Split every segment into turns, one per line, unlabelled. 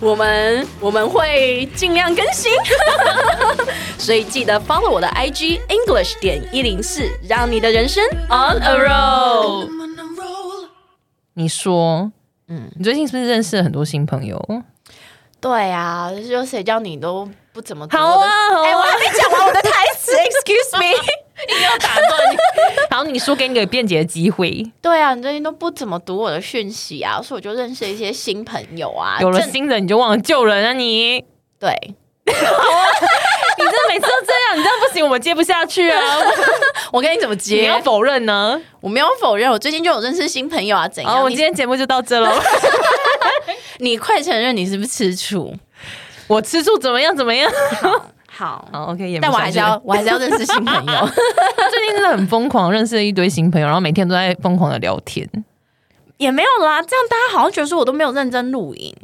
我们我们会尽量更新， 所以记得 follow 我的 IG English 点一零四，让你的人生 on a roll。
I'm on a roll.
你说，
嗯
嗯，你最近是不是认识了很多新朋友？
对啊，就谁叫你都不怎么多的
好啊，好
哎、我
啊，
还没讲完我的台词 ，excuse me。
一定要打断你。好，你说给你个辩解的机会，
对啊，你最近都不怎么读我的讯息啊，所以我就认识一些新朋友啊。
有了
正
新人你就忘了旧人啊你！
对，
你这每次都这样，你这样不行，我们接不下去啊！
我跟你怎么
你
接
要？否认呢？
我没有否认，我最近就有认识新朋友啊，怎样？
好，我
你
今天节目就到这喽。
你快承认你是不是吃醋？
我吃醋怎么样？怎么样？
好，
好，OK，也没
但我
想
还是
这个
要，我还是要认识新朋友。
最近真的很疯狂，认识了一堆新朋友，然后每天都在疯狂的聊天。
也没有啦，这样大家好像觉得说我都没有认真录影，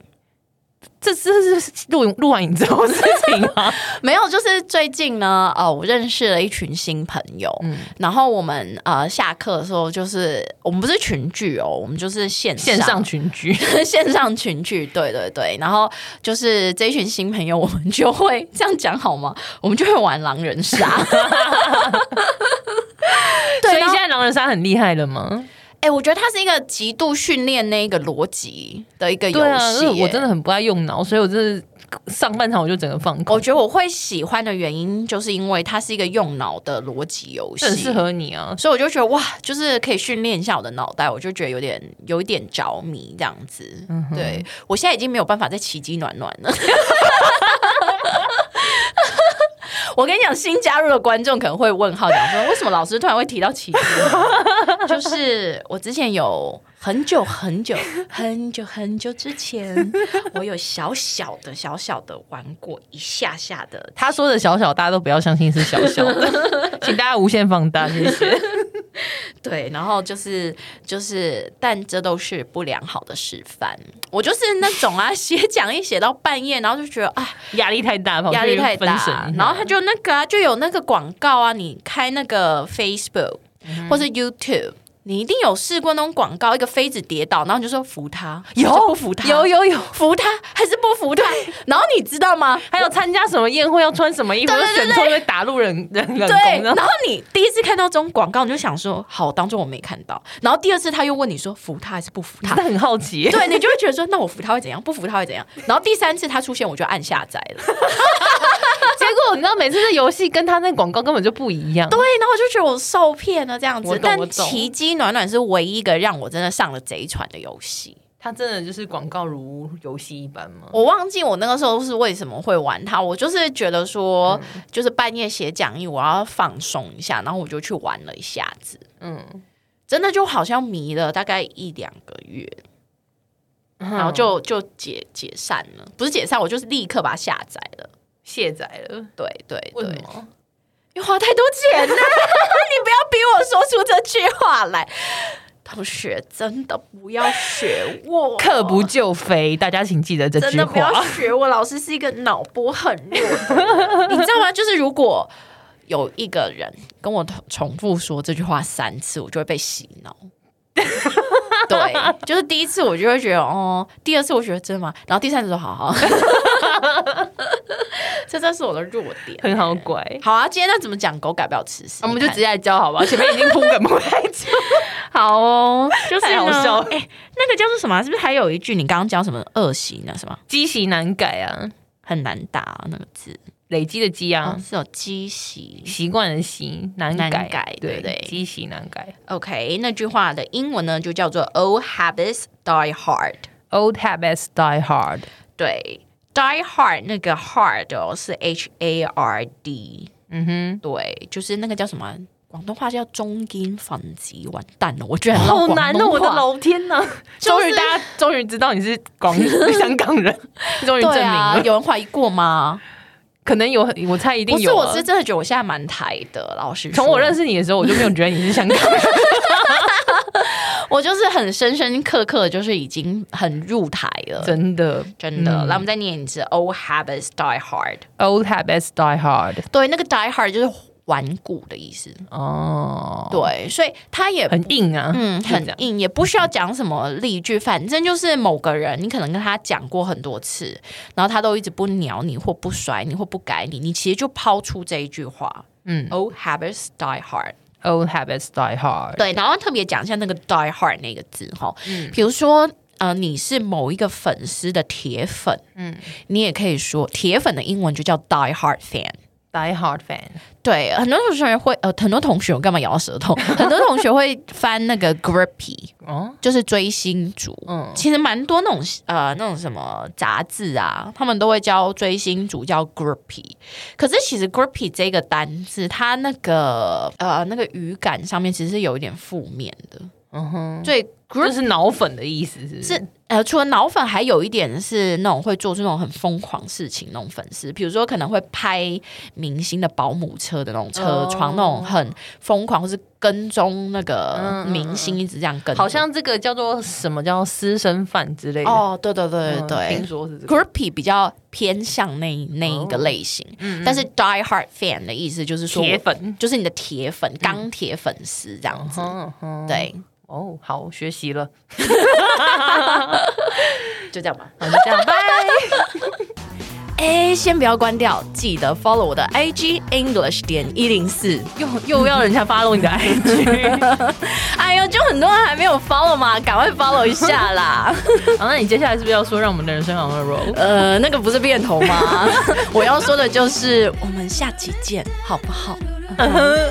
这这是录录完影之后的事情啊。
没有，就是最近呢，哦，我认识了一群新朋友，
嗯
然后我们呃下课的时候，就是我们不是群聚哦，我们就是线上
线上群居，
线上群聚，对对对，然后就是这一群新朋友，我们就会这样讲好吗？我们就会玩狼人 杀，
所
对，
以
然
现
后
在狼人杀很厉害了吗？
哎、我觉得它是一个极度训练那一个逻辑的一个游
对啊，
戏、
因为我真
的。
的很不爱用脑，所以我真的上半场我就整个放
我
空。
觉得我会喜欢的原因，就是因为它是一个用脑的逻辑游戏，
这很适合你啊！
所以我就觉得哇，就是可以训练一下我的脑袋，我就觉得有点有一点着迷这样子。对我现在已经没有办法再奇迹暖暖了。 我跟你讲，新加入的观众可能会问号，讲说为什么老师突然会提到奇迹暖暖？ 就是我之前有很久很久很久很久之前，我有小小的小小的玩过一下下的
他说的小小，大家都不要相信是小小 的，请大家无限放大，谢谢。
对，然后就是就是，但这都是不良好的示范。我就是那种啊， 写讲义写到半夜，然后就觉得啊，
压力太大，跑去
压力太
哦分
大
神。
然后他就那个啊，就有那个广告啊，你开那个 Facebook
嗯
或是 YouTube，你一定有试过那种广告，一个妃子跌倒，然后你就说扶她，
有
就不扶她，
有有有，
扶她还是不扶她？然后你知道 吗？
还有参加什么宴会要穿什么衣服，
对对对
选错会打入人人冷
对，
宫
然
的。
后你第一次看到这种广告，你就想说好，当中我没看到。然后第二次他又问你说扶她还是不扶她
他？很好奇，
对你就会觉得说，那我扶他会怎样？不扶他会怎样？然后第三次他出现，我就按下载了。
结果你知道每次的游戏跟他那广告根本就不一样。
对，然后我就觉得我受骗了这样
我
子。
懂我
但
懂
奇迹暖暖是唯一一个让我真的上了贼船的游戏。
他真的就是广告如游戏一般吗？
我忘记我那个时候是为什么会玩它，我就是觉得说，就是半夜写讲义，我要放松一下，然后我就去玩了一下子，
嗯，
真的就好像迷了大概一两个月，然
然
后就就解解散了，不是解散，我就是立刻把它下载了。
卸载了。
对对
为什
对，
么？
你花太多钱了， 你不要逼我说出这句话来。同学，真的不要学我，
刻不就非，大家请记得这
真
句
的不要
话。
学我。老师是一个脑波很弱的人， 你知道吗？就是如果有一个人跟我重重复说这句话三次，我就会被洗 脑。对，就是第一次我就会觉得哦，第二次我觉得真的吗？然后第三次说好 好，这真是我的弱点。
很好拐，
好啊，今天那怎么讲狗改不了吃屎？
我们
你
就
看
直接来教好不好？前面已经铺梗铺太久，
好哦，就是
太好
呢
笑了
哎、那个叫做什么啊、是不是还有一句你刚刚讲什么恶习呢？什么
积习难改啊，
很难打、啊、那个字？
累积的积
啊、
啊，
是有积习。
习惯的习，难改，
难改对不对
积习难改。
OK，那句话的英文呢就叫做 “Old habits die hard”。
Old habits die hard。
对，die hard 那个 hard 哦是 H A R D。
嗯哼，
对，就是那个叫什么啊广东话叫中间反击，完蛋了，我居然唠
好
广
难哦！
东
我的
话
老天呐，
终
就
于
是
大家终于知道你是 广香港人，终于证
对
明
啊
了，。
有人怀疑过吗？
可能有，我猜一定
不是，
有啊。
我是真的觉得我现在蛮台的，老实
从我认
识，
识你的时候，我就没有觉得你是香港 人。
我就是很深深刻刻，就是已经很入台了，真
真
的。
的，嗯
来，我们再念一次，Old habits die hard。
Old habits die hard。
对，那个 die hard 就是顽固的意思。
哦，
对，所以他也
很硬啊，
嗯，
就这
很
样。
硬，也不需要讲什么例句，反正就是某个人，你可能跟他讲过很多次，然后他都一直不鸟你，或不甩你，或不改你，你其实就抛出这一句话，
嗯
，Old habits die hard。
Old habits die hard。
对，然后特别讲一下那个 die hard 那个字哈，比如说呃，你是某一个粉丝的铁粉，嗯，你也可以说铁粉的英文就叫 die hard fan。
Die hard fan。
对，很多同学会，呃，很多同学我干嘛咬舌头？ 很多同学会翻那个 Grippy，
哦，
就是追星族，
嗯
其实蛮多那种呃那种什么杂志啊，他们都会教追星族叫 groupie。可是其实 groupie 这个单字，它那个呃那个语感上面其实是有一点负面的，
嗯哼，
所以 group
就、是脑粉的意思，是不嗯是？
是呃除了脑粉，还有一点是那种会做出那种很疯狂事情那种粉丝，比如说可能会拍明星的保姆车的那种车
哦
窗，那种很疯狂，或是跟踪那个
嗯嗯
明星一直这样跟踪，
好像这个叫做什么叫私生饭之类的。
哦，对对对对
嗯
对，
听说是这个。
groupie 比较偏向那一那一个类型，但是 die hard fan 的意思就是说
铁，粉。
就是你的铁粉、钢铁粉丝这样子。
嗯哼，
对，
哦，好，学习了，
就这样吧。
好，就这样，拜。
哎，先不要关掉，记得 follow 我的 IG English 点一零四。
又又要人家 follow 你的 IG，
哎呦，就很多人还没有 follow 嘛，赶快 follow 一下啦。
好，那你接下来是不是要说让我们的人生好好 roll？
呃，那个不是变头吗？我要说的就是，我们下期见，好不好？
I